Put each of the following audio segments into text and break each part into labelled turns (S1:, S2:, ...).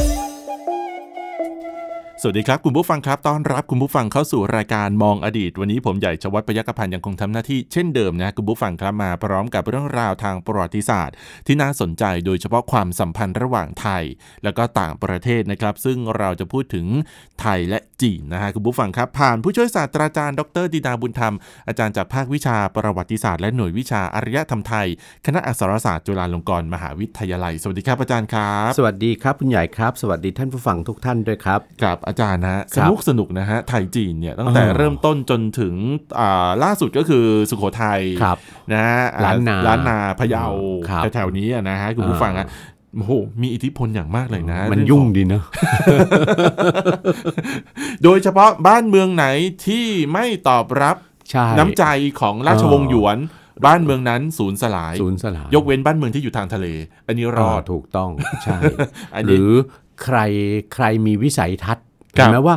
S1: สวัสดีครับ คุณผู้ฟังครับต้อนรับคุณผู้ฟังเข้าสู่รายการมองอดีต วันนี้ผมใหญ่ชวัฒน์พยัคฆพันธ์ยังคงทำหน้าที่เช่นเดิมนะ คุณผู้ฟังครับมาพร้อมกับเรื่องราวทางประวัติศาสตร์ ที่น่าสนใจโดยเฉพาะความสัมพันธ์ระหว่างไทย แล้วก็ต่างประเทศนะครับ ซึ่งเราจะพูดถึงไทยและจีนนะฮะคุณผู้ฟังครับ ผ่านผู้ช่วยศาสตราจารย์ดรดินาบุญธรรม อาจารย์จากภาควิชาประวัติศาสตร์และหน่วยวิชาอารยธรรมไทย คณะอักษรศาสตร์จุฬาลงกรณ์มหาวิทยาลัย สวัสดีครับอาจารย์ครับ
S2: สวัสดีครับคุณใหญ่ครับ สวัสดีท่านผู้ฟังทุกท่านด้วยครับ
S1: กับอาจารย์นะฮะ
S2: ค
S1: ส
S2: รับ
S1: นุกสนุกนะฮะไทยจีนเนี่ยตั้งแต่
S2: เออ
S1: เริ่มต้นจนถึงอ่าล่าสุดก็คือสุโขทัย
S2: ครับ
S1: นะฮะอ่
S2: ล้านนา
S1: ล้านนาพะเยา
S2: ครับ
S1: แถวๆนี้อะนะฮะคุณผู้
S2: เออ
S1: ฟังอะโอ้โหมีอิทธิพลอย่างมากเลยนะ
S2: มัน
S1: เรื่อง
S2: ยุ่ง
S1: ขอ
S2: ดีเนอะ
S1: โดยเฉพาะบ้านเมืองไหนที่ไม่ตอบรับ
S2: ใช่
S1: น้ำใจของราชวงศ์หยวน บ้านเมืองนั้นสูญสลาย
S2: ศูนย์สลาย
S1: ยกเว้นบ้านเมืองที่อยู่ทางทะเล อันนี้ร
S2: รอ
S1: อ
S2: ด
S1: ด
S2: ถูกต้อง ใช่
S1: อัน
S2: ห
S1: นี้
S2: รือใครใครมีวิสัยทัศน์
S1: ครั
S2: เห็
S1: บ
S2: นไหมว่า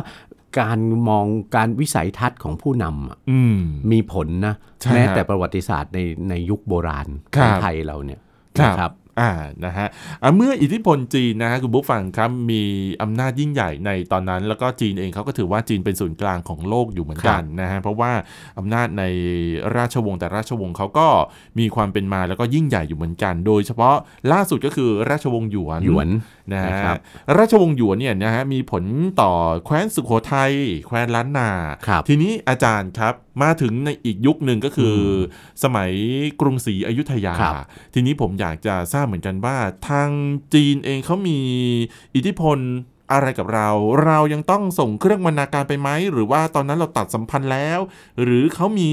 S2: การมองการวิสัยทัศน์ของผู้นำอะ
S1: อืม
S2: มีผลนะ
S1: ใช่
S2: แม้
S1: ฮะ
S2: แต่ประวัติศาสตร์ในในยุคโบราณ
S1: ค
S2: ข
S1: รั
S2: อง
S1: บ
S2: ไทยเราเนี่ย
S1: ครับ
S2: นะครับ
S1: อ่า นะฮะอ่ะเมื่ออิทธิพลจีนนะฮะคุณบุ๊ฟังครับ มีอำนาจยิ่งใหญ่ในตอนนั้น แล้วก็จีนเองเขาก็ถือว่าจีนเป็นศูนย์กลางของโลกอยู่เหมือนกันนะฮะ เพราะว่าอำนาจในราชวงศ์แต่ราชวงศ์เขาก็มีความเป็นมาแล้วก็ยิ่งใหญ่อยู่เหมือนกัน โดยเฉพาะล่าสุดก็คือราชวงศ์หยวน
S2: หยวน
S1: นะฮะ
S2: นะครับ
S1: ราชวงศ์หยวนเนี่ยนะฮะมีผลต่อแคว้นสุโขทัยแคว้นล้านนา
S2: ครับ
S1: ทีนี้อาจารย์ครับมาถึงในอีกยุคหนึ่งก็คืออสมัยกรุงศรีอยุธยา
S2: ครับ
S1: ทีนี้ผมอยากจะทราบเหมือนกันว่า ทางจีนเองเขามีอิทธิพลอะไรกับเรา เรายังต้องส่งเครื่องบรรณาการไปไหม หรือว่าตอนนั้นเราตัดสัมพันธ์แล้ว หรือเขามี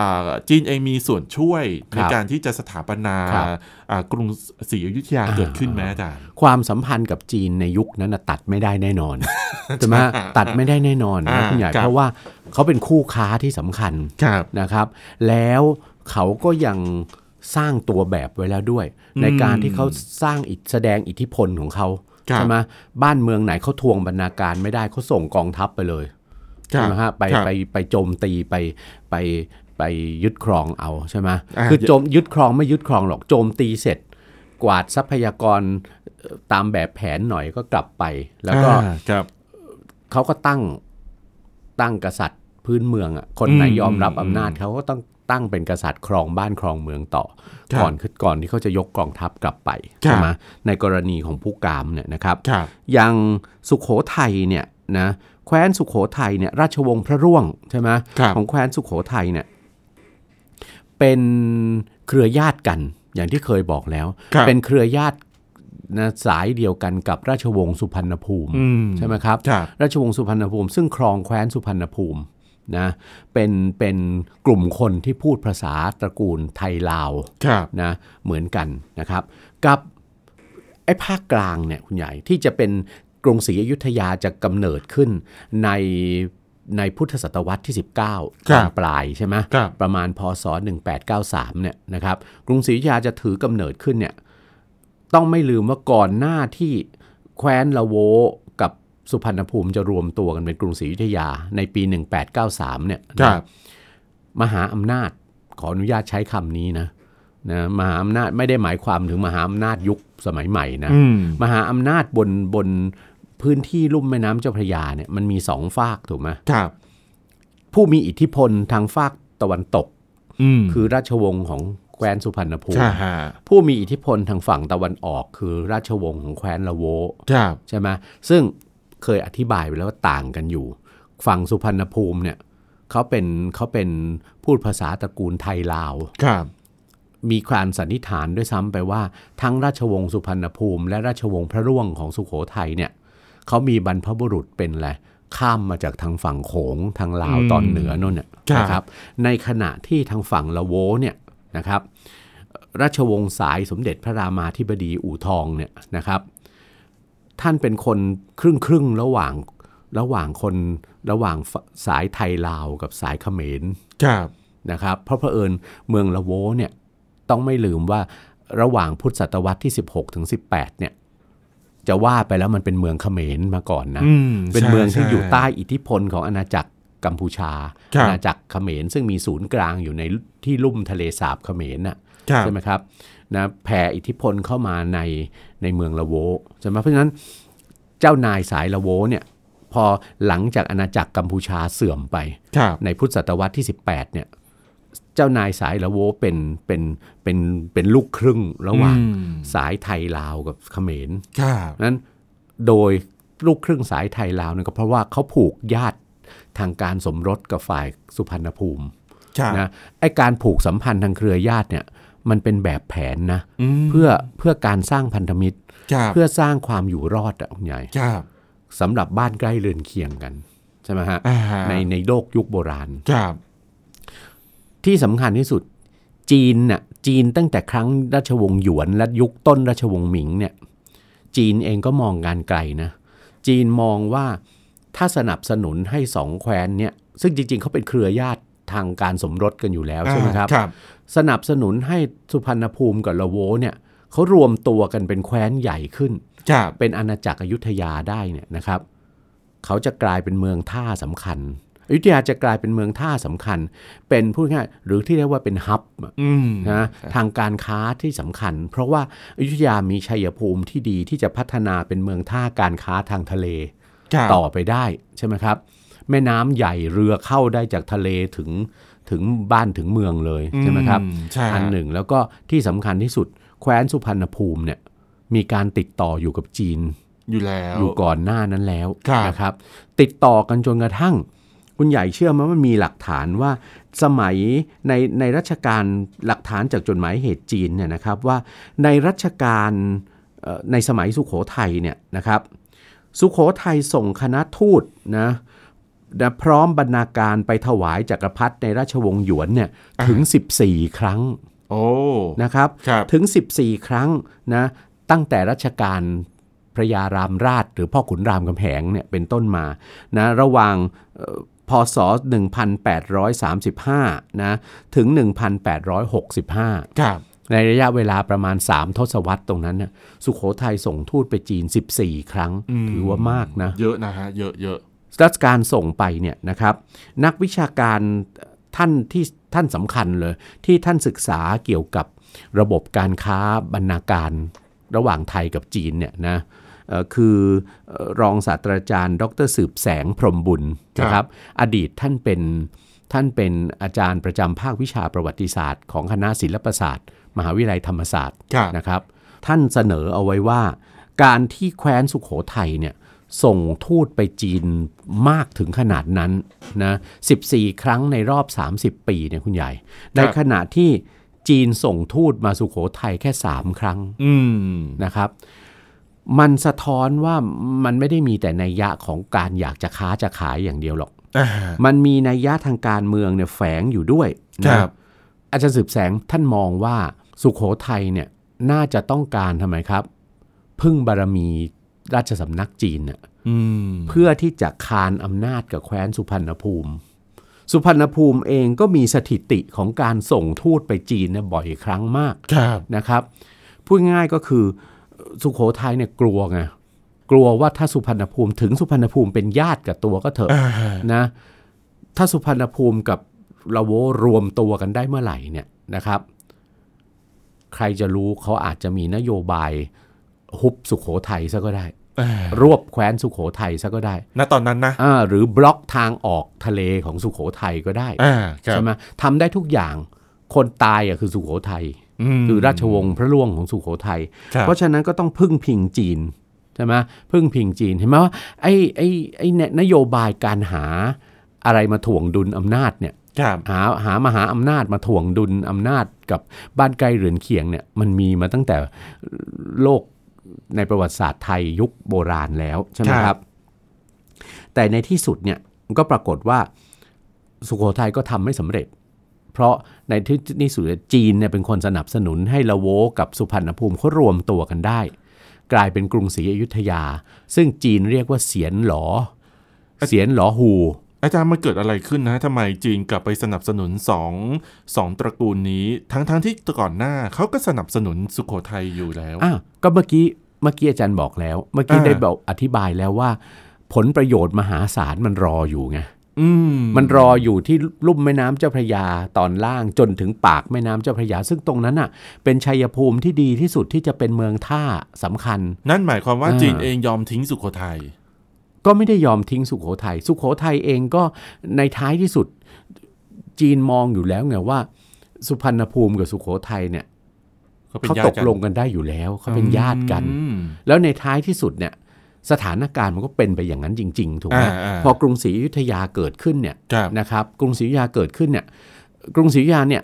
S1: อ่าจีนเองมีส่วนช่วยใน
S2: ครับ
S1: การที่จะสถาปนา
S2: ครับ
S1: อ่ากรุงศรีอยุธยา
S2: อ่า
S1: เกิดขึ้นไหมอาจารย์
S2: ความสัมพันธ์กับจีนในยุคนั้นนะตัดไม่ได้แน่น อนใช่ไหม
S1: อ่า
S2: ตัดไม่ได้แน่นอนนะ
S1: อ่า
S2: คุณใหญ่
S1: ครับ
S2: เพราะว่าเขาเป็นคู่ค้าที่สำคัญ
S1: ครับ
S2: นะครับ แล้วเขาก็ยังสร้างตัวแบบไว้แล้วด้วย
S1: อืม
S2: ในการที่เขาสร้างอิทแสดงอิทธิพลของเขา
S1: ครับ
S2: ใช่ไหมบ้านเมืองไหนเขาทวงบรรณาการไม่ได้เขาส่งกองทัพไปเลย
S1: ครั
S2: ใช่
S1: บ
S2: ไหมฮะไป
S1: ครับ
S2: ไปไปโจมตีไปไปไปยึดครองเอาใช่ไหม
S1: อ่า
S2: คือโจมยึดครองไม่ยึดครองหรอกโจมตีเสร็จ กวาดทรัพยากรเอ่อตามแบบแผนหน่อยก็กลับไป แล้วก็
S1: อ่าครับ
S2: เขาก็ตั้งตั้งกษัตริย์พื้นเมืองอ่ะคนไหน
S1: อืม
S2: ยอมรับ
S1: อืม
S2: อำนาจเขาก็ต้องตั้งเป็นกษัตริย์ครองบ้านครองเมืองต่อ
S1: ครับ
S2: ก่อนขึ้นก่อนที่เขาจะยกกองทัพกลับไป
S1: ครับ
S2: ใช่ไหมในกรณีของผู้กามเนี่ยนะครับ
S1: ครับ
S2: อย่างสุขโขทัยเนี่ยนะแคว้นสุขโขทัยเนี่ยราชวงศ์พระร่วงใช่ไหม
S1: ครับ
S2: ของแคว้นสุขโขทัยเนี่ยเป็นเครือญาติกันอย่างที่เคยบอกแล้ว
S1: ครับ
S2: เป็นเครือญาตินะสายเดียวกันกับราชวงศ์สุพรรณภูมิ
S1: อืม
S2: ใช่ไหมครับ
S1: ครับ
S2: ราชวงศ์สุพรรณภูมิซึ่งครองแคว้นสุพรรณภูมินะเป็นเป็นกลุ่มคนที่พูดภาษาตระกูลไทยลาว
S1: ครับ
S2: นะเหมือนกันนะครับ กับไอ้ภาคกลางเนี่ยคุณใหญ่ที่จะเป็นกรุงศรีอยุธยาจะกำเนิดขึ้นในในพุทธศตวรรษที่ 19
S1: ครั
S2: ตอบ นปลายใช่ไหม
S1: ครับ
S2: ประมาณพศ 1893เนี่ยนะครับกรุงศรีอยุธยาจะถือกำเนิดขึ้นเนี่ย ต้องไม่ลืมว่าก่อนหน้าที่แคว้นละโวกับสุพรรณภูมิจะรวมตัวกันเป็นกรุงศรีอยุธยาในปี 1893 เนี่ยนะครับ มหาอำนาจขออนุญาตใช้คำนี้นะนะมหาอำนาจไม่ได้หมายความถึงมหาอำนาจยุคสมัยใหม่นะ
S1: อืม
S2: มหาอำนาจบนบนพื้นที่ลุ่มแม่น้ำเจ้าพระยาเนี่ยมันมีสองฝากถูกไหม
S1: ครับ
S2: ผู้มีอิทธิพลทางฝากตะวันตก
S1: อืม
S2: คือราชวงศ์ของแคว้นสุพรรณภู
S1: ใช่
S2: มิ
S1: ฮะ
S2: ผู้มีอิทธิพลทางฝั่งตะวันออกคือราชวงศ์ของแคว้นละโว
S1: ครับ
S2: ใช่ไหมซึ่งเคยอธิบายไปแล้วว่าต่างกันอยู่ ฝั่งสุพรรณภูมิเนี่ยเขาเป็นเขาเป็นพูดภาษาตระกูลไทยลาว
S1: ครับ
S2: มีความสันนิษฐานด้วยซ้ำไปว่า ทั้งราชวงศ์สุพรรณภูมิ และราชวงศ์พระร่วงของสุโขทัยเนี่ยเขามีบรรพบุรุษเป็นอะไรข้ามมาจากทางฝั่งโขงทางลาว
S1: อืม
S2: ตอนเหนือนู่นเนี่ย
S1: ครับ
S2: นะครับ ในขณะที่ทางฝั่งละโวเนี่ยนะครับ ราชวงศ์สายสมเด็จพระรามาธิบดีอู่ทองเนี่ยนะครับ ท่านเป็นคนครึ่งครึ่งๆระหว่างระหว่างคนระหว่างสายไทยลาวกับสายเขมร
S1: ครับ
S2: นะครับเพราะเผอิญเมืองละโวเนี่ย ต้องไม่ลืมว่าระหว่างพุทธศตวรรษที่ 16ถึง18เนี่ยจะว่าไปแล้วมันเป็นเมืองเขมรมาก่อนนะ
S1: อืม
S2: เป็นเมืองที่อยู่
S1: ช่
S2: ใต้อิทธิพลของอาณาจักรกัมพูชา
S1: ครับ
S2: อาณาจักรเขมรซึ่งมีศูนย์กลางอยู่ในที่ลุ่มทะเลสาบเขมรน่ะ
S1: ครับ
S2: ใช่ไหมครับนะแผ่อิทธิพลเข้ามาในในเมืองละโวใช่ไหมเพราะฉะนั้นเจ้านายสายละโวเนี่ยพอหลังจากอาณาจักรกัมพูชาเสื่อมไป
S1: ครับ
S2: ในพุทธศตวรรษที่ 18เนี่ยเจ้านายสายละโวเป็นเป็นเป็นเป็นลูกครึ่งระหว่าง
S1: อืม
S2: สายไทยลาวกับเขมร
S1: ครับ
S2: นั้นโดยลูกครึ่งสายไทยลาวเนี่ยก็เพราะว่าเขาผูกญาติทางการสมรสกับฝ่ายสุพรรณภูมิ
S1: ครับ
S2: นะไอการผูกสัมพันธ์ทางเครือญาติเนี่ยมันเป็นแบบแผนนะ
S1: ม
S2: เพื่อเพื่อการสร้างพันธมิตร
S1: ครับ
S2: เพื่อสร้างความอยู่รอดอะคุณใหญ่
S1: ครับ
S2: สำหรับบ้านใกล้เรือนเคียงกันใช่ไหมฮะ
S1: อ่าฮะ
S2: ในในโลกยุคโบราณ
S1: ครับ
S2: ที่สำคัญที่สุดจีนน่ะจีนตั้งแต่ครั้งราชวงศ์หยวนและยุคต้นราชวงศ์หมิงเนี่ยจีนเองก็มองการไกลนะจีนมองว่าถ้าสนับสนุนให้สองแคว้นเนี่ยซึ่งจริงๆเขาเป็นเครือญาติทางการสมรสกันอยู่แล้วใช่ไหมครับ
S1: อ่าครับ
S2: สนับสนุนให้สุพรรณภูมิกับละโวเนี่ยเขารวมตัวกันเป็นแคว้นใหญ่ขึ้น
S1: ครับ
S2: เป็นอาณาจักรอยุธยาได้เนี่ยนะครับ เขาจะกลายเป็นเมืองท่าสำคัญ อยุธยาจะกลายเป็นเมืองท่าสำคัญ เป็นพูดง่ายหรือที่เรียกว่าเป็นฮับอะ
S1: อืม
S2: นะทางการค้าที่สำคัญ เพราะว่าอยุธยามีชัยภูมิที่ดีที่จะพัฒนาเป็นเมืองท่าการค้าทางทะเล
S1: ครับ
S2: ต่อไปได้ใช่ไหมครับ แม่น้ำใหญ่เรือเข้าได้จากทะเลถึงถึงบ้านถึงเมืองเลยใช่ไหมครับ
S1: อืใช่
S2: อันหนึ่งแล้วก็ที่สำคัญที่สุดแคว้นสุพรรณภูมิเนี่ยมีการติดต่ออยู่กับจีน
S1: อยู่แล้ว
S2: อยู่ก่อนหน้านั้นแล้ว
S1: ครับ
S2: นะครับ ติดต่อกันจนกระทั่ง คุณใหญ่เชื่อไหมว่ามีหลักฐานว่าสมัยในในรัชกาลหลักฐานจากจดหมายเหตุจีนเนี่ยนะครับว่าในรัชกาลเอ่อในสมัยสุโขทัยเนี่ยนะครับ สุโขทัยส่งคณะทูตนะนะพร้อมบรรณาการไปถวายจักรพรรดิในราชวงศ์หยวนเนี่ยถึง 14 ครั้ง
S1: โอ้
S2: นะครับ
S1: ครับ
S2: ถึง 14 ครั้งนะตั้งแต่รัชกาลพระยารามราช หรือพ่อขุนรามคำแหงเนี่ยเป็นต้นมานะระหว่างเอ่อพศ 1835นะถึง 1865
S1: ครับ
S2: ในระยะเวลาประมาณ 3 ทศวรรษตรงนั้นน่ะสุโขทัยส่งทูตไปจีน 14 ครั้ง
S1: อืม
S2: ถือว่ามากนะ
S1: เยอะนะฮะเยอะเยอะ
S2: รัชการส่งไปเนี่ยนะครับ นักวิชาการท่านที่ท่านสำคัญเลย ที่ท่านศึกษาเกี่ยวกับระบบการค้าบรรณาการระหว่างไทยกับจีนเนี่ยนะเอ่อคือเอ่อรองศาสตราจารย์ ดรสืบแสงพรหมบุญนะครับ อดีตท่านเป็นท่านเป็นอาจารย์ประจำภาควิชาประวัติศาสตร์ ของคณะศิลปศาสตร์ มหาวิทยาลัยธรรมศาสตร์
S1: ครับ
S2: นะครับท่านเสนอเอาไว้ว่า การที่แคว้นสุขโขทัยเนี่ยส่งทูตไปจีนมากถึงขนาดนั้นนะ14 ครั้งในรอบ 30 ปีเนี่ยคุณใหญ่ ในขณะที่จีนส่งทูตมาสุขโขทัยแค่ 3 ครั้ง
S1: อืม
S2: นะครับ มันสะท้อนว่ามันไม่ได้มีแต่ในยยะของการอยากจะค้าจะขายอย่างเดียวหรอก
S1: อ่า
S2: มันมีนัยยะทางการเมืองเนี่ยแฝงอยู่ด้วยนะครับ อาจารย์สืบแสงท่านมองว่าสุขโขทัยเนี่ยน่าจะต้องการทำไมครับ พึ่งบารมีราชสำนักจีนน่ะ
S1: อืม
S2: เพื่อที่จะคานอำนาจกับแคว้นสุพรรณภูมิ สุพรรณภูมิเองก็มีสถิติของการส่งทูตไปจีนเนี่ยบ่อยครั้งมาก
S1: ครับ
S2: นะครับพูดง่ายก็คือสุขโขทัยเนี่ยกลัวไงกลัวว่าถ้าสุพรรณภูมิถึงสุพรรณภูมิเป็นญาติกับตัวก็เถอะ
S1: อ่า
S2: นะถ้าสุพรรณภูมิกับละโวรวมตัวกันได้เมื่อไหร่เนี่ยนะครับ ใครจะรู้เขาอาจจะมีนโยบายฮุบสุขโขทัยซะก็ได้
S1: อ่าร
S2: วบแคว้นสุขโขทัยซะก็ได้
S1: ณตอนนั้นนะ
S2: อ่าหรือบล็อกทางออกทะเลของสุขโขทัยก็ได้
S1: อ่าครับ
S2: ใช่ไหมทำได้ทุกอย่างคนตายอ่ะคือสุขโขทัย
S1: ม
S2: คือราชวงศ์พระล่วงของสุโขทัย
S1: ครับ
S2: เพราะฉะนั้นก็ต้องพึ่งพิงจีนใช่ไหมพึ่งพิงจีนเห็นไหมว่าไอ้ไอ้ไอ้เนี่ยนโยบายการหาอะไรมาถ่วงดุลอำนาจเนี่ย
S1: ครับ
S2: หาหามหาอำนาจมาถ่วงดุลอำนาจกับบ้านใกล้เรือนเคียงเนี่ยมันมีมาตั้งแต่โลกในประวัติศาสตร์ไทยยุคโบราณแล้วใช่ไหมครับ แต่ในที่สุดเนี่ยก็ปรากฏว่าสุโขทัยก็ทำไม่สำเร็จ เพราะในที่นี่สุดจีนเนี่ยเป็นคนสนับสนุนให้ละโวกับสุพรรณภูมิเขารวมตัวกันได้ กลายเป็นกรุงศรีอยุธยา ซึ่งจีนเรียกว่าเสียนหลอ เสียนหลอฮู
S1: อาจารย์มันเกิดอะไรขึ้นนะทำไมจีนกลับไปสนับสนุนสองสองตระกูลนี้ ทั้งทั้งที่ก่อนหน้าเขาก็สนับสนุนสุโขทัยอยู่แล้ว
S2: อ่ะก็เมื่อกี้เมื่อกี้อาจารย์บอกแล้ว เมื่อกี้
S1: อ่า
S2: ได้บอกอธิบายแล้วว่า ผลประโยชน์มหาศาลมันรออยู่ไง
S1: อืม
S2: มันรออยู่ที่ลุ่มแม่น้ำเจ้าพระยาตอนล่างจนถึงปากแม่น้ำเจ้าพระยา ซึ่งตรงนั้นน่ะ เป็นชัยภูมิที่ดีที่สุดที่จะเป็นเมืองท่าสำคัญ
S1: นั่นหมายความว่า
S2: อ่า
S1: จีนเองยอมทิ้งสุโขทัย
S2: ก็ไม่ได้ยอมทิ้งสุโขทัย สุโขทัยเองก็ในท้ายที่สุด จีนมองอยู่แล้วไงว่า สุพรรณภูมิกับสุโขทัยเนี่ยเขาตกลงกันได้อยู่แล้วเขาเป็นญาติกัน
S1: อืม
S2: แล้วในท้ายที่สุดเนี่ยสถานการณ์มันก็เป็นไปอย่างนั้นจริง ๆ ถูกไหม
S1: อ่าอ่า
S2: พอกรุงศรีอยุธยาเกิดขึ้นเนี่ย
S1: ครับ
S2: นะครับกรุงศรีอยุธยาเกิดขึ้นเนี่ยกรุงศรีอยุธยาเนี่ย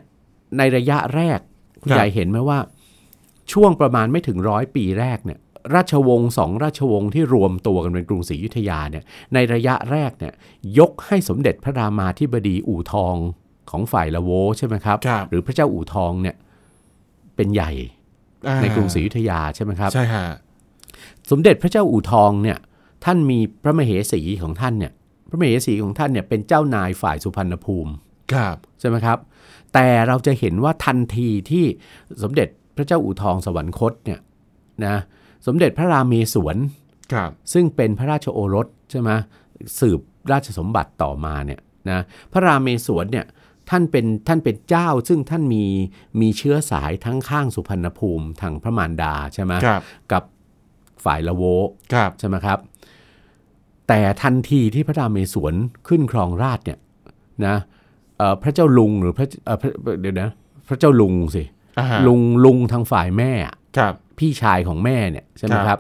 S2: ในระยะแรกคุณ
S1: ครับ
S2: ยายเห็นไหมว่า ช่วงประมาณไม่ถึงร้อยปีแรกเนี่ยราชวงศ์สองราชวงศ์ที่รวมตัวกันเป็นกรุงศรีอยุธยาเนี่ยในระยะแรกเนี่ยยกให้สมเด็จพระรามาธิบดีอู่ทองของฝ่ายละโวใช่ไหมครับ
S1: ครับ
S2: หรือพระเจ้าอู่ทองเนี่ยเป็นใหญ่
S1: อ่า
S2: ในกรุงศรีอยุธยาใช่ไหมครับ
S1: ใช่ฮะ
S2: สมเด็จพระเจ้าอู่ทองเนี่ยท่านมีพระมเหสีของท่านเนี่ยพระมเหสีของท่านเนี่ยเป็นเจ้านายฝ่ายสุพรรณภูมิ
S1: ครับ
S2: ใช่ไหมครับ แต่เราจะเห็นว่าทันทีที่สมเด็จพระเจ้าอู่ทองสวรรคตเนี่ยนะสมเด็จพระรามเมศวร
S1: ครับ
S2: ซึ่งเป็นพระราชโอรสใช่ไหมสืบราชสมบัติต่อมาเนี่ยนะพระรามเมศวรเนี่ยท่านเป็นท่านเป็นเจ้า ซึ่งท่านมีมีเชื้อสายทั้งข้างสุพรรณภูมิทางพระมารดาใช่ไหม
S1: ครับ
S2: กับฝ่ายละโว
S1: ครับ
S2: ใช่ไหมครับ แต่ทันทีที่พระรามเมศวรขึ้นครองราชย์เนี่ยนะเอ่อพระเจ้าลุงหรือพระเอ่อพระเดี๋ยวนะพระเจ้าลุงสิ
S1: อ่าฮะ
S2: ลุงลุงทางฝ่ายแม่อะ
S1: ครับ
S2: พี่ชายของแม่เนี่ยใช่ไหม
S1: ครับ
S2: ครับ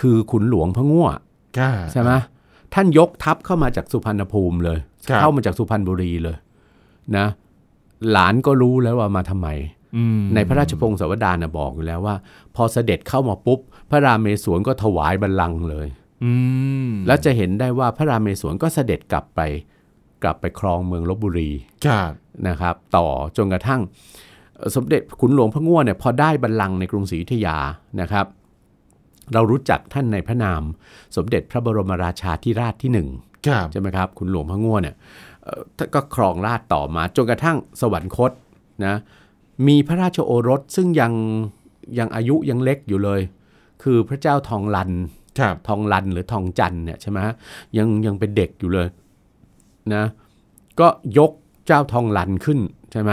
S2: คือขุนหลวงพระง่ว
S1: ครับ
S2: ใช่ไหมท่านยกทัพเข้ามาจากสุพรรณภูมิเลย
S1: ครับ
S2: เข้ามาจากสุพรรณบุรีเลยนะ หลานก็รู้แล้วว่ามาทำไม
S1: อืม
S2: ในพระราชพงศาวดารนะบอกอยู่แล้วว่า พอเสด็จเข้ามาปุ๊บ พระรามเมศวรก็ถวายบัลลังก์เลย
S1: อืม
S2: และจะเห็นได้ว่าพระรามเมศวรก็เสด็จกลับไป กลับไปครองเมืองลบบุรี
S1: ครับ
S2: นะครับ ต่อจนกระทั่งเอ่อสมเด็จขุนหลวงพระง่วนเนี่ยพอได้บัลลังก์ในกรุงศรีอยุธยานะครับ เรารู้จักท่านในพระนาม สมเด็จพระบรมราชาธิราชที่หนึ่ง
S1: ครับ
S2: ใช่ไหมครับขุนหลวงพระง่วนเนี่ยเอ่อท่านก็ครองราชย์ต่อมาจนกระทั่งสวรรคตนะมีพระราชโอรสซึ่งยังยังอายุยังเล็กอยู่เลย คือพระเจ้าทองลัน
S1: ครับ
S2: ทองลันหรือทองจันเนี่ยใช่ไหมฮะยังยังเป็นเด็กอยู่เลยนะก็ยกเจ้าทองลันขึ้นใช่ไหม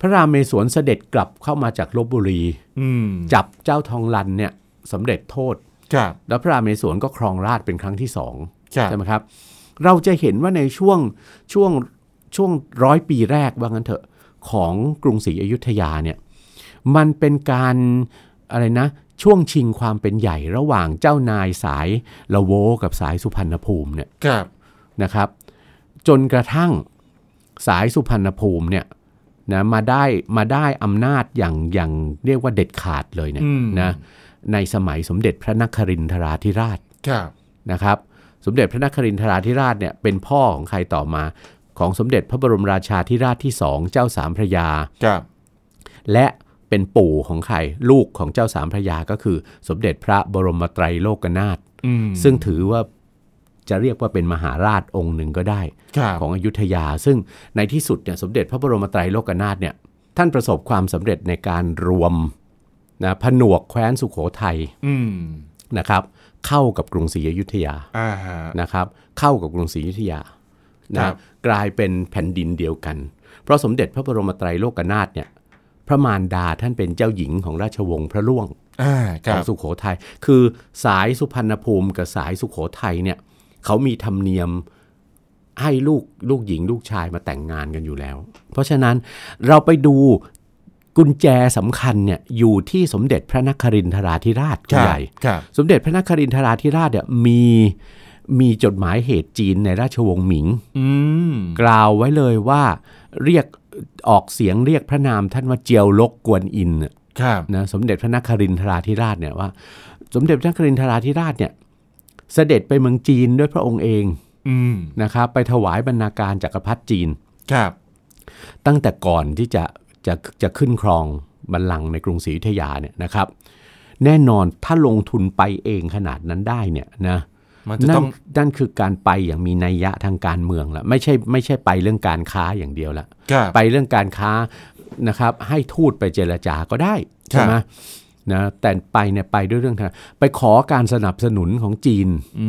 S2: พระรามเมศวรเสด็จกลับเข้ามาจากลบบุรี
S1: อืม
S2: จับเจ้าทองลันเนี่ยสำเร็จโทษ
S1: ครับ
S2: แล้วพระรามเมศวรก็ครองราชย์เป็นครั้งที่สอง
S1: ครับ
S2: ใช่ไหมครับ เราจะเห็นว่าในช่วงช่วงช่วงร้อยปีแรกว่างั้นเถอะของกรุงศรีอยุธยาเนี่ยมันเป็นการอะไรนะ ช่วงชิงความเป็นใหญ่ระหว่างเจ้านายสายละโวกับสายสุพรรณภูมิเนี่ย
S1: ครับ
S2: นะครับ จนกระทั่งสายสุพรรณภูมิเนี่ยนะมาได้มาได้อำนาจอย่างอย่างเรียกว่าเด็ดขาดเลยเนี่ย
S1: อืม
S2: นะในสมัยสมเด็จพระนครินทราธิราช
S1: ครับ
S2: นะครับสมเด็จพระนครินทราธิราชเนี่ยเป็นพ่อของใครต่อมา ของสมเด็จพระบรมราชาธิราชที่สองเจ้าสามพระยา
S1: ครับ
S2: และเป็นปู่ของใครลูกของเจ้าสามพระยาก็คือ สมเด็จพระบรมไตรโลกนาถ
S1: อืม
S2: ซึ่งถือว่าจะเรียกว่าเป็นมหาราชองค์หนึ่งก็ได้
S1: ครับ
S2: ของอยุธยา ซึ่งในที่สุดเนี่ยสมเด็จพระบรมไตรโลกนาถเนี่ยท่านประสบความสำเร็จในการรวมนะผนวกแคว้นสุโขทัย
S1: อืม
S2: นะครับเข้ากับกรุงศรีอยุธยา
S1: อ่าฮะ
S2: นะครับเข้ากับกรุงศรีอยุธยา
S1: ครั
S2: นะ
S1: บ
S2: กลายเป็นแผ่นดินเดียวกัน เพราะสมเด็จพระบรมไตรโลกนาถเนี่ยพระมารดาท่านเป็นเจ้าหญิงของราชวงศ์พระล่วง
S1: อ่าค
S2: ข
S1: รั
S2: อง
S1: บ
S2: สุโขทัยคือสายสุพรรณภูมิกับสายสุโขทัยเนี่ยเขามีธรรมเนียมให้ลูกลูกหญิงลูกชายมาแต่งงานกันอยู่แล้ว เพราะฉะนั้นเราไปดูกุญแจสำคัญเนี่ยอยู่ที่สมเด็จพระนครินทราธิราช
S1: ค
S2: คุณ
S1: รับ
S2: ใหญ่
S1: ครับ
S2: สมเด็จพระนครินทราธิราชเนี่ยมีมีจดหมายเหตุจีนในราชวงศ์หมิง
S1: อืม
S2: กล่าวไว้เลยว่าเรียกออกเสียงเรียกพระนามท่านว่าเจียวลกกวนอินน่ะ
S1: ครับ
S2: นะสมเด็จพระนครินทราธิราชเนี่ยว่า สมเด็จพระนครินทราธิราชเนี่ยเสด็จไปเมืองจีนด้วยพระองค์เอง
S1: อืม
S2: นะครับไปถวายบรรณาการจักรพรรดิจีน
S1: ครับ
S2: ตั้งแต่ก่อนที่จะจะจะขึ้นครองบัลลังก์ในกรุงศรีอยุธยาเนี่ยนะครับ แน่นอนถ้าลงทุนไปเองขนาดนั้นได้เนี่ยนะ
S1: มันจะ
S2: นั่
S1: ต้อน ง
S2: นั่นคือการไปอย่างมีนัยยะทางการเมืองละไม่ใช่ไม่ใช่ไปเรื่องการค้าอย่างเดียวละ
S1: ครับ
S2: ไปเรื่องการค้านะครับ ให้ทูตไปเจรจาก็ได้ใช่ไหมนะแต่ไปเนี่ยไปด้วยเรื่องทางไปขอการสนับสนุนของจีน
S1: อื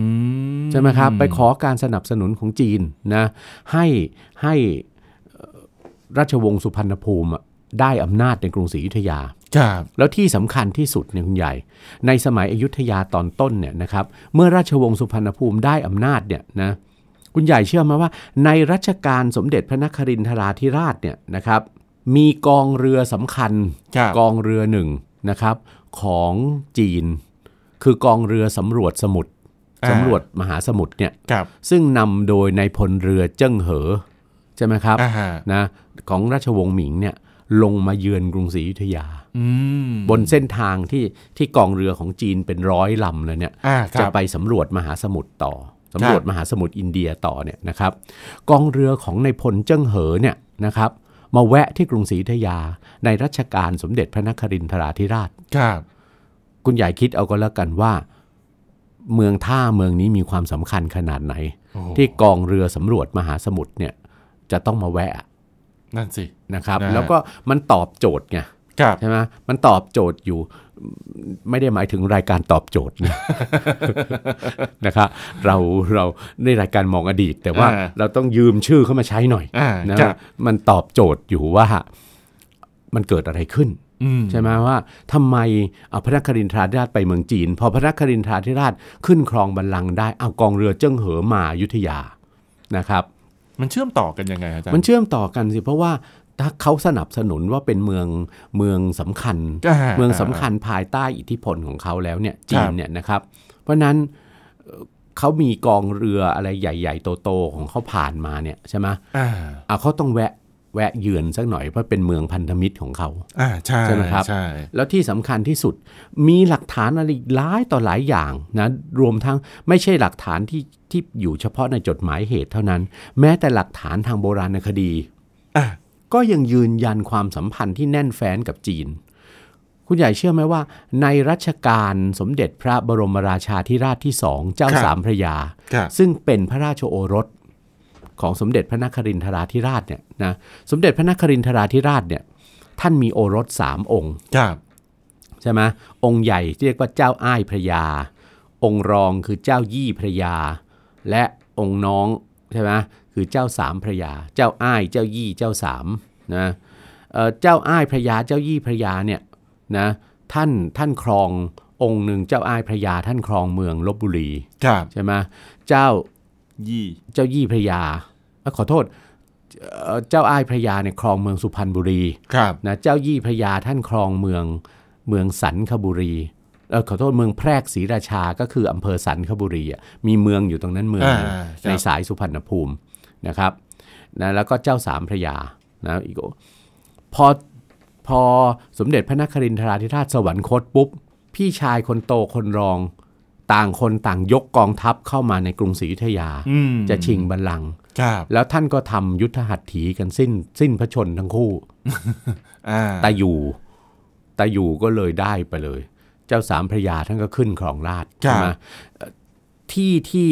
S2: ใช่ไหมครับ ไปขอการสนับสนุนของจีนนะให้ให้เอ่อราชวงศ์สุพรรณภูมิอะได้อำนาจในกรุงศรีอยุธยา
S1: ครับ
S2: แล้วที่สำคัญที่สุดเนี่ยคุณใหญ่ ในสมัยอยุธยาตอนต้นเนี่ยนะครับ เมื่อราชวงศ์สุพรรณภูมิได้อำนาจเนี่ยนะคุณใหญ่เชื่อไหมาว่า ในรัชกาลสมเด็จพระนครินทราธิราชเนี่ยนะครับ มีกองเรือสำคัญ
S1: ครับ
S2: กองเรือหนึ่งนะครับของจีน คือกองเรือสำรวจสมุทร
S1: อ่า
S2: สำรวจมหาสมุทรเนี่ย
S1: ครับ
S2: ซึ่งนำโดยนายพลเรือเจิ้งเหอใช่ไหมครับ
S1: อ่าฮะ
S2: นะของราชวงศ์หมิงเนี่ยลงมาเยือนกรุงศรีอยุธยา
S1: อืม
S2: บนเส้นทางที่ที่กองเรือของจีนเป็นร้อยลำเลยเนี่ย
S1: อ่าค
S2: จะ
S1: รับ
S2: ไปสำรวจมหาสมุทรต่อสำรวจมหาสมุทรอินเดียต่อเนี่ยนะครับ กองเรือของในายพลเจิ้งเหอเนี่ยนะครับ มาแวะที่กรุงศรีอยุธยา ในรัชกาลสมเด็จพระนครินทราธิราช
S1: ครับ
S2: คุณใหญ่คิดเอาก็แล้วกันว่า เมืองท่าเมืองนี้มีความสำคัญขนาดไหน
S1: โอ้โห
S2: ที่กองเรือสำรวจมหาสมุทรเนี่ยจะต้องมาแวะ
S1: นั่นสิ
S2: นะครับ
S1: นะฮะ
S2: แล้วก็มันตอบโจทย์ไง
S1: ครับ
S2: ใช่ไหมมันตอบโจทย์อยู่ไม่ได้หมายถึงรายการตอบโจทย์นะ นะครับเราเราในรายการมองอดีต แต่ว่า
S1: อ่า
S2: เราต้องยืมชื่อเข้ามาใช้หน่อย
S1: อ่า
S2: นะครับ มันตอบโจทย์อยู่ว่ามันเกิดอะไรขึ้น
S1: อืม
S2: ใช่ไหมว่าทำไมเอาพระนครินทราธิราชไปเมืองจีน พอพระนครินทราธิราชขึ้นครองบัลลังก์ได้เอากองเรือเจิ้งเหอมาอยุธยานะครับ
S1: มันเชื่อมต่อกันยังไงอาจารย์
S2: มันเชื่อมต่อกันสิเพราะว่าถ้าเขาสนับสนุนว่าเป็นเมืองเมืองสำคัญ
S1: า
S2: เมืองสำคัญภายใต้อิทธิพลของเขาแล้วเนี่ยจี
S1: คน รับ
S2: เนี่ยนะครับ เพราะนั้นเอ่อเขามีกองเรืออะไรใหญ่ ๆ โตๆของเขาผ่านมาเนี่ยใช่ไหม
S1: อ่า
S2: อ่ะเขาต้องแวะแวะเยือนสักหน่อยเพราะเป็นเมืองพันธมิตรของเขา
S1: อ่าใช่
S2: ใช่ไหมครับ
S1: ใช่
S2: แล้วที่สำคัญที่สุดมีหลักฐานอะไรอีกหลายต่อหลายอย่างนะรวมทั้งไม่ใช่หลักฐานที่ที่อยู่เฉพาะในจดหมายเหตุเท่านั้น แม้แต่หลักฐานทางโบราณคดี
S1: อ่า
S2: ก็ยังยืนยันความสัมพันธ์ที่แน่นแฟ้นกับจีน คุณใหญ่เชื่อไหมว่า ในรัชกาลสมเด็จพระบรมราชาธิราชที่สองเจ้าสามพระยา
S1: ครับ
S2: ซึ่งเป็นพระราชโอรสของสมเด็จพระนครินทราธิราชเนี่ยนะสมเด็จพระนครินทราธิราชเนี่ยท่านมีโอรสสามองค์
S1: ครับ
S2: ใช่ไหมองค์ใหญ่เรียกว่าเจ้าอ้ายพระยา องค์รองคือเจ้ายี่พระยา และองค์น้องใช่ไหมคือเจ้าสามพระยา เจ้าอ้ายเจ้ายี่เจ้าสามนะเอ่อเจ้าอ้ายพระยาเจ้ายี่พระยาเนี่ยนะท่านท่านครององค์หนึ่งเจ้าอ้ายพระยา ท่านครองเมืองลบบุรี
S1: ครับ
S2: ใช่ไหมเจ้า
S1: ยี่
S2: เจ้ายี่พระยาเอ้ยขอโทษเอ่อเจ้าอ้ายพระยาเนี่ยครองเมืองสุพรรณบุรี
S1: ครับ
S2: นะเจ้ายี่พระยาท่านครองเมืองเมืองสันคบุรีเออขอโทษเมืองแพรกศรีราชาก็คืออำเภอสันคบุรีอ่ะมีเมืองอยู่ตรงนั้นเมือง
S1: อ่า
S2: หนึ่ง
S1: ครั
S2: ใน
S1: บ
S2: สายสุพรรณภูมินะครับนะแล้วก็เจ้าสามพระยานะอีกโอพอพอสมเด็จพระนครินทราธิราชสวรรคตปุ๊บพี่ชายคนโตคนรองต่างคนต่างยกกองทัพเข้ามาในกรุงศรีอยุธยา
S1: อืม
S2: จะชิงบัลลังก์
S1: ครับ
S2: แล้วท่านก็ทำยุทธหัตถีกันสิ้น สิ้นพระชนทั้งคู่
S1: อ่า
S2: ตาอยู่ตาอยู่ก็เลยได้ไปเลย เจ้าสามพระยาท่านก็ขึ้นครองราชย์ใช่ไหมเอ่อที่ที่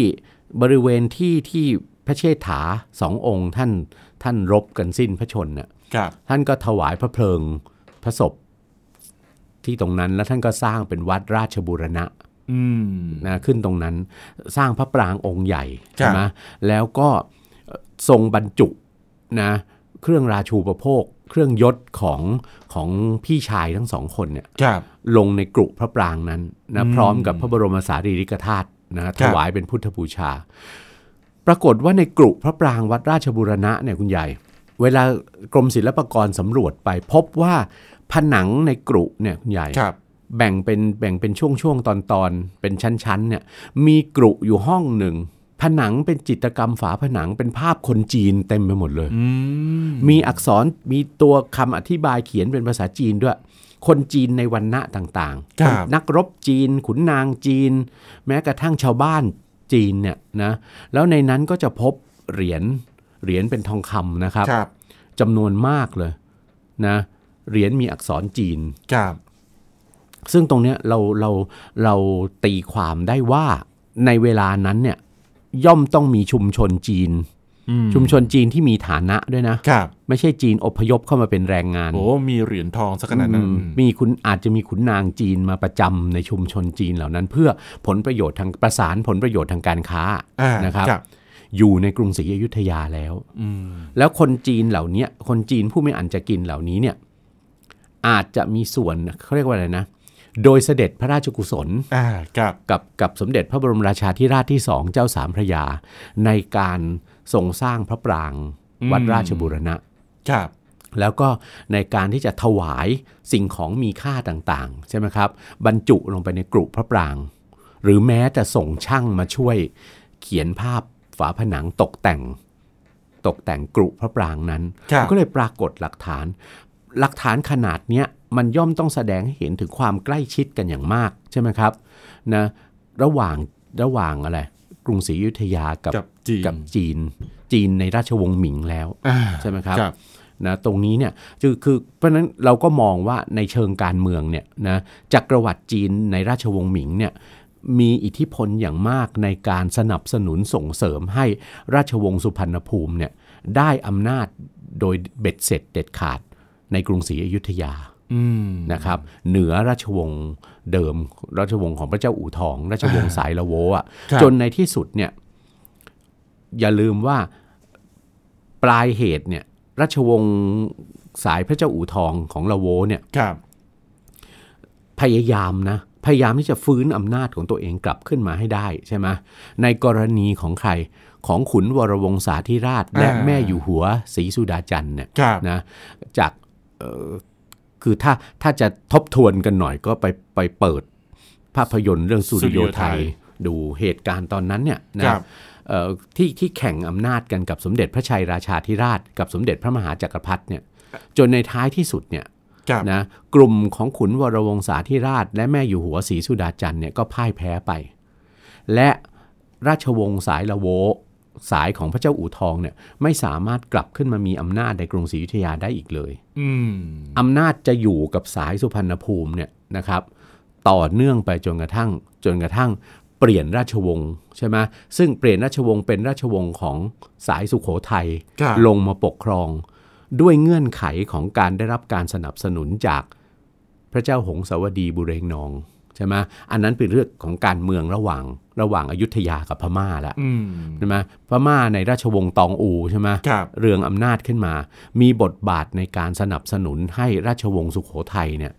S2: บริเวณที่ที่พระเชษฐาสององค์ท่านท่านรบกันสิ้นพระชนน่ะ
S1: ครับ
S2: ท่านก็ถวายพระเพลิงพระศพที่ตรงนั้นแล้วท่านก็สร้างเป็นวัดราชบูรณะ
S1: อืม
S2: นะขึ้นตรงนั้นสร้างพระปรางองค์ใหญ่
S1: ครั
S2: ใช่
S1: บ
S2: ไหมแล้วก็เอ่อทรงบรรจุนะเครื่องราชูปโภค เครื่องยศของของพี่ชายทั้งสองคนเนี่ย
S1: ครับ
S2: ลงในกรุพระปรางนั้นนะ
S1: อืม
S2: พร้อมกับพระบรมสารีริกธาตุนะถวายเป็นพุทธบูชา ปรากฏว่าในกรุพระปรางวัดราชบูรณะเนี่ยคุณใหญ่ เวลากรมศิลปากรสำรวจไป พบว่าผนังในกรุเนี่ยคุณใหญ่
S1: ครับ
S2: แบ่งเป็นแบ่งเป็นช่วงช่วงตอนตอนๆเป็นชั้นชั้นๆเนี่ยมีกรุอยู่ห้องหนึ่ง ผนังเป็นจิตรกรรมฝาผนังเป็นภาพคนจีนเต็มไปหมดเลย
S1: อืม
S2: มีอักษรมีตัวคำอธิบายเขียนเป็นภาษาจีนด้วย คนจีนในวันณะต่าง
S1: ครับ
S2: นักรบจีน ขุนนางจีน แม้กระทั่งชาวบ้านจีนเนี่ยนะแล้วในนั้นก็จะพบเหรียญเหรียญเป็นทองคำนะครับ
S1: ครับ
S2: จำนวนมากเลยนะเหรียญมีอักษรจีน
S1: ครับ
S2: ซึ่งตรงเนี้ยเราเราเราตีความได้ว่า ในเวลานั้นเนี่ยย่อมต้องมีชุมชนจีน
S1: อื
S2: ชุมชนจีนที่มีฐานะด้วยนะ
S1: ครับ
S2: ไม่ใช่จีนอพยพเข้ามาเป็นแรงงาน
S1: โอ้มีเหรียญทองสักขนาดนั้น
S2: อืม
S1: อืม
S2: มีคุณอาจจะมีขุนนางจีนมาประจำในชุมชนจีนเหล่านั้น เพื่อผลประโยชน์ทางประสานผลประโยชน์ทางการค้า
S1: อ่า
S2: นะครับ อยู่ในกรุงศรีอยุธยาแล้ว
S1: อืม
S2: แล้วคนจีนเหล่าเนี้ยคนจีนผู้ไม่อันจะกินเหล่านี้เนี่ยอาจจะมีส่วนเขาเรียกว่าอะไรนะ โดยเสด็จพระราชกุศล
S1: อ่าครับ
S2: กับกับสมเด็จพระบรมราชาธิราชที่สองเจ้าสามพระยา ในการทรงสร้างพระปราง
S1: อืม
S2: วัดราชบุรณะ
S1: ครับ
S2: แล้วก็ในการที่จะถวายสิ่งของมีค่าต่างๆ ใช่ไหมครับ บรรจุลงไปในกรุพระปราง หรือแม้จะส่งช่างมาช่วย เขียนภาพฝาผนังตกแต่ง ตกแต่งกรุพระปรางนั้น
S1: ครับ
S2: ก็เลยปรากฏหลักฐาน หลักฐานขนาดเนี้ยมันย่อมต้องแสดงให้เห็นถึงความใกล้ชิดกันอย่างมากใช่ไหมครับนะระหว่างระหว่างอะไรกรุงศรีอยุธยากับ
S1: กับจีน
S2: กับจีน จีนในราชวงศ์หมิงแล้ว
S1: อ่า
S2: ใช่ไหมครับ
S1: ครับ
S2: นะตรงนี้เนี่ยคือคือเพราะฉะนั้นเราก็มองว่าในเชิงการเมืองเนี่ยนะจักรวรรดิจีนในราชวงศ์หมิงเนี่ยมีอิทธิพลอย่างมากในการสนับสนุนส่งเสริมให้ราชวงศ์สุพรรณภูมิเนี่ยได้อำนาจโดยเบ็ดเสร็จเด็ดขาดในกรุงศรีอยุธยา
S1: อืม
S2: นะครับเหนือราชวงศ์เดิมราชวงศ์ของพระเจ้าอู่ทอง ราชวงศ์สายละโวอ่ะ
S1: ครับ
S2: จนในที่สุดเนี่ยอย่าลืมว่าปลายเหตุเนี่ยราชวงศ์สายพระเจ้าอู่ทองของละโวเนี่ย
S1: ครับ
S2: พยายามนะพยายามที่จะฟื้นอำนาจของตัวเองกลับขึ้นมาให้ได้ใช่ไหมในกรณีของใครของขุนวรวงศาธิราช และ
S1: อ่า
S2: แม่อยู่หัวศรีสุดาจันทร์เนี่ย
S1: ครับ
S2: นะจากเอ่อคือถ้าถ้าจะทบทวนกันหน่อยก็ไปไปเปิดภาพยนตร์เรื่องสุริโยไทยดูเหตุการณ์ตอนนั้นเนี่ยนะ
S1: ครับ
S2: เอ่อที่ที่แข่งอำนาจกันกับสมเด็จพระชัยราชาธิราช กับสมเด็จพระมหาจักรพรรดิเนี่ยจนในท้ายที่สุดเนี่ย
S1: ครับ
S2: นะกลุ่มของขุนวรวงศาธิราช และแม่อยู่หัวศรีสุดาจันทร์เนี่ยก็พ่ายแพ้ไป และราชวงศ์สายละโวสายของพระเจ้าอู่ทองเนี่ยไม่สามารถกลับขึ้นมามีอำนาจในกรุงศรีอยุธยาได้อีกเลย
S1: อืม
S2: อำนาจจะอยู่กับสายสุพรรณภูมิเนี่ยนะครับ ต่อเนื่องไปจนกระทั่ง จนกระทั่งเปลี่ยนราชวงศ์ใช่ไหมซึ่งเปลี่ยนราชวงศ์เป็นราชวงศ์ของสายสุโขทัย
S1: ครับ
S2: ลงมาปกครอง ด้วยเงื่อนไขของการได้รับการสนับสนุนจากพระเจ้าหงสาวดีบุเรงนองใช่ไหมอันนั้นเป็นเรื่องของการเมืองระหว่างระหว่างอยุธยากับพม่าละ
S1: อืม
S2: ใช่ไหมพม่าในราชวงศ์ตองอูใช่ไหม
S1: ครับ
S2: เรืองอำนาจขึ้นมา มีบทบาทในการสนับสนุนให้ราชวงศ์สุขโขทัยเนี่ย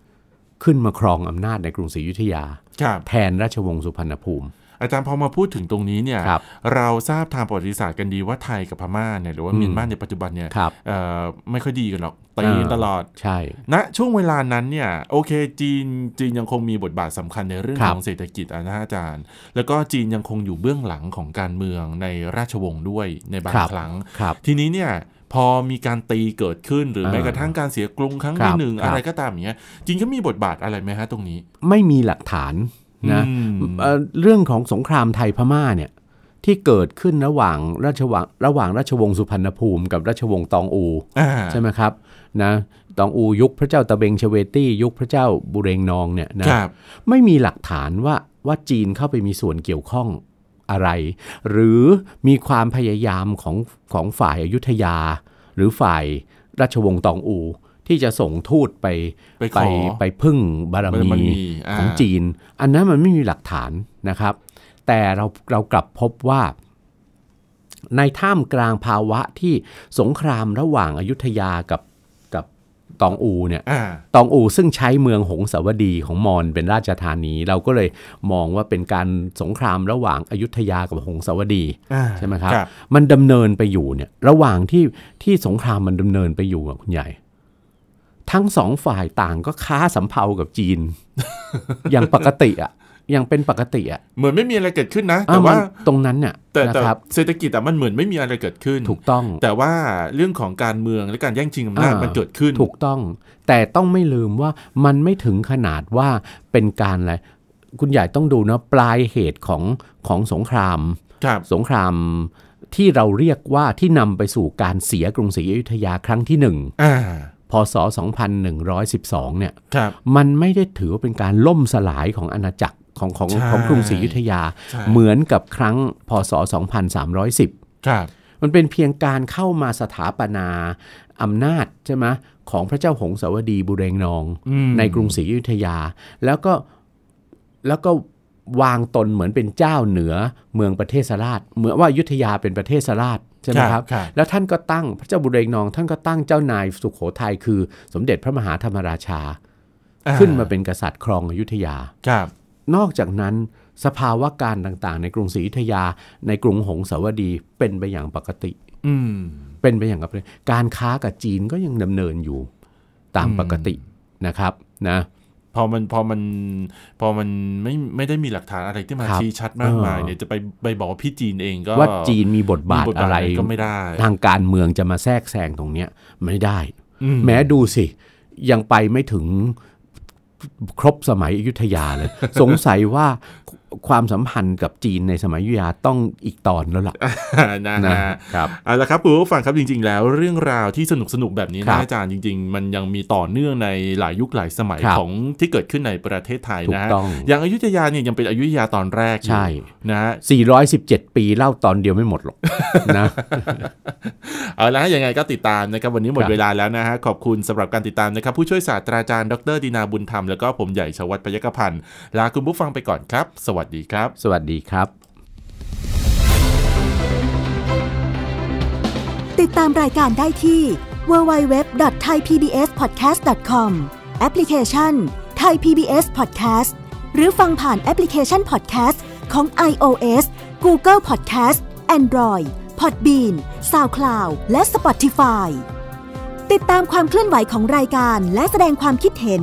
S2: ขึ้นมาครองอำนาจในกรุงศรีอยุธยา
S1: ครับ
S2: แทนราชวงศ์สุพรรณภูมิ
S1: อาจารย์พอมาพูดถึงตรงนี้เนี่ย
S2: ครับ
S1: เราทราบทางประวัติศาสตร์กันดีว่าไทยกับพม่าเนี่ยหรือว่า
S2: อืม
S1: เมียนมาในปัจจุบันเนี่ย
S2: ครับ
S1: เอ่อไม่ค่อยดีกันหรอกตี
S2: อ่า
S1: กันตลอด
S2: ใช่
S1: ณช่วงเวลานั้นเนี่ยโอเคจีนจีนยังคงมีบทบาทสำคัญในเรื่อง
S2: ครั
S1: ข
S2: บ
S1: องเศรษฐกิจอะนะอาจารย์ แล้วก็จีนยังคงอยู่เบื้องหลังของการเมืองในราชวงศ์ด้วยในบาง
S2: ครับ
S1: ครั้ง
S2: ครับ
S1: ทีนี้เนี่ยพอมีการตีเกิดขึ้นหรือ
S2: เออ
S1: แม้กระทั่งการเสียกรุงครั้ง
S2: ครั
S1: ที่
S2: บ
S1: หนึ่ง
S2: ครับ
S1: อะไรก็ตามอย่างเงี้ยจีนก็มีบทบาทอะไรไหมฮะตรงนี้
S2: ไม่มีหลักฐานนะ
S1: อืม
S2: เอ่อเรื่องของสงครามไทยพม่าเนี่ยที่เกิดขึ้นระหว่างราชวงศ์ระหว่างราชวงศ์สุพรรณภูมิ กับราชวงศ์ตองอู
S1: อ่า
S2: ใช่ไหมครับนะตองอูยุคพระเจ้าตะเบงชเวตี้ยุคพระเจ้าบุเรงนองเนี่ยนะ
S1: ครับ
S2: ไม่มีหลักฐานว่าว่าจีนเข้าไปมีส่วนเกี่ยวข้องอะไร หรือมีความพยายามของของฝ่ายอยุธยา หรือฝ่ายราชวงศ์ตองอู ที่จะส่งทูตไป
S1: ไปข
S2: ไป
S1: อ
S2: ไปพึ่งบารมี
S1: า
S2: ของจีน อันนั้นมันไม่มีหลักฐานนะครับ แต่เราเรากลับพบว่า ในท่ามกลางภาวะที่สงครามระหว่างอายุธยากับกับตองอูเนี่ย
S1: อ่า
S2: ตองอูซึ่งใช้เมืองหงสาวดีของมอญเป็นราชธานี เราก็เลยมองว่าเป็นการสงครามระหว่างอายุธยากับหงสาวดี
S1: อ่า
S2: ใช่ไหมครับ มันดำเนินไปอยู่เนี่ยระหว่างที่ที่สงครามมันดำเนินไปอยู่อะคุณใหญ่ ทั้งสองฝ่ายต่างก็ค้าสำเภากับจีน อย่างปกติอ่ะอย่างเป็นปกติอ่ะ
S1: เหมือนไม่มีอะไรเกิดขึ้นนะ
S2: อ่ะ
S1: แต่ว่า
S2: มันตรงนั้นเนี่ย
S1: แต่
S2: นะ
S1: แต่
S2: ครับ
S1: เศรษฐกิจอะมันเหมือนไม่มีอะไรเกิดขึ้น
S2: ถูกต้อง
S1: แต่ว่าเรื่องของการเมืองและการแย่งชิงอำนาจ
S2: อ่ามั
S1: มันเกิดขึ้น
S2: ถูกต้อง แต่ต้องไม่ลืมว่ามันไม่ถึงขนาดว่าเป็นการอะไรคุณใหญ่ต้องดูนะปลายเหตุของของสงคราม
S1: ครับ
S2: สงครามที่เราเรียกว่าที่นำไปสู่การเสียกรุงศรีอยุธยาครั้งที่หนึ่ง
S1: อ่า
S2: พศ 2112 เนี่ย
S1: ครับ
S2: มันไม่ได้ถือว่าเป็นการล่มสลายของอาณาจักร ของของ
S1: ใช่
S2: ของกรุงศรีอยุธยา
S1: ใช่
S2: เหมือนกับครั้งพศ 2310
S1: ครับ
S2: มันเป็นเพียงการเข้ามาสถาปนาอำนาจใช่ไหมของพระเจ้าหงสาวดีบุเรงนอง
S1: อืม
S2: ในกรุงศรีอยุธยา แล้วก็แล้วก็วางตนเหมือนเป็นเจ้าเหนือเมืองประเทศราชเหมือนว่าอยุธยาเป็นประเทศราชใช่ไหมครับ
S1: ครับ
S2: แล้วท่านก็ตั้งพระเจ้าบุเรงนอง ท่านก็ตั้งเจ้านายสุขโขทัยคือ สมเด็จพระมหาธรรมราชา
S1: อ่
S2: ขึ้นมาเป็นกษัตริย์ครองอยุธยา
S1: ครับ
S2: นอกจากนั้นสภาวะการต่างๆ ในกรุงศรีอยุธยา ในกรุงหงสาวดีเป็นไปอย่างปกติ
S1: อืม
S2: เป็นไปอย่างกับการค้ากับจีนก็ยังดำเนินอยู่ตามปกตินะครับนะ
S1: พอมันพอมันพอมันไม่ไม่ได้มีหลักฐานอะไรที่มา
S2: ครับ
S1: ชี้ชัดมากมาย
S2: เออ
S1: เนี่ยจะไปไปบอกว่าพี่จีนเองก็
S2: ว่าจีนมีบทบาท
S1: มี
S2: อะไร
S1: ก็ไม่ได้
S2: ทางการเมืองจะมาแทรกแซงตรงเนี้ยไม่ได้
S1: อื
S2: แม้ดูสิ ยังไปไม่ถึงครบสมัยอยุธยาเลย สงสัยว่าความสัมพันธ์กับจีนในสมัยอยุธยาต้องอีกตอนแล้วล่ะ
S1: นะ
S2: นะ
S1: ฮะ
S2: ครับ
S1: เอาละครับคุณผู้ฟังครับจริง ๆ แล้วเรื่องราวที่สนุกสนุกๆแบบนี้
S2: ครั
S1: นะ
S2: บ
S1: อาจารย์จริง ๆ มันยังมีต่อเนื่องในหลายยุคหลายสมัย
S2: ครับ
S1: ของที่เกิดขึ้นในประเทศไทยนะฮะ
S2: ถูกต้อง
S1: อย่างอยุธยาเนี่ยยังเป็นอยุธยาตอนแรกอยู่
S2: ใช่
S1: นะฮะ
S2: 417 ปีเล่าตอนเดียวไม่หมด หรอกนะ
S1: เอาละฮะยังไงก็ติดตามนะครับวันนี้หมด
S2: ครับ
S1: เวลาแล้วนะฮะขอบคุณสำหรับการติดตามนะครับผู้ช่วยศาสตราจารย์ดรดินาบุญธรรมแล้วก็ผมใหญ่ชวัฒน์พยกพันธ์ลาคุณผู้ฟังไปก่อนครับ สวัสดีครับ
S2: สวัสดีครับ
S3: ติดตามรายการได้ที่ www.thaipbspodcast.com แอปพลิเคชัน Thai PBS Podcast หรือฟังผ่านแอปพลิเคชัน Podcast ของ iOS Google Podcast Android Podbean SoundCloud และ Spotify ติดตามความเคลื่อนไหวของรายการและแสดงความคิดเห็น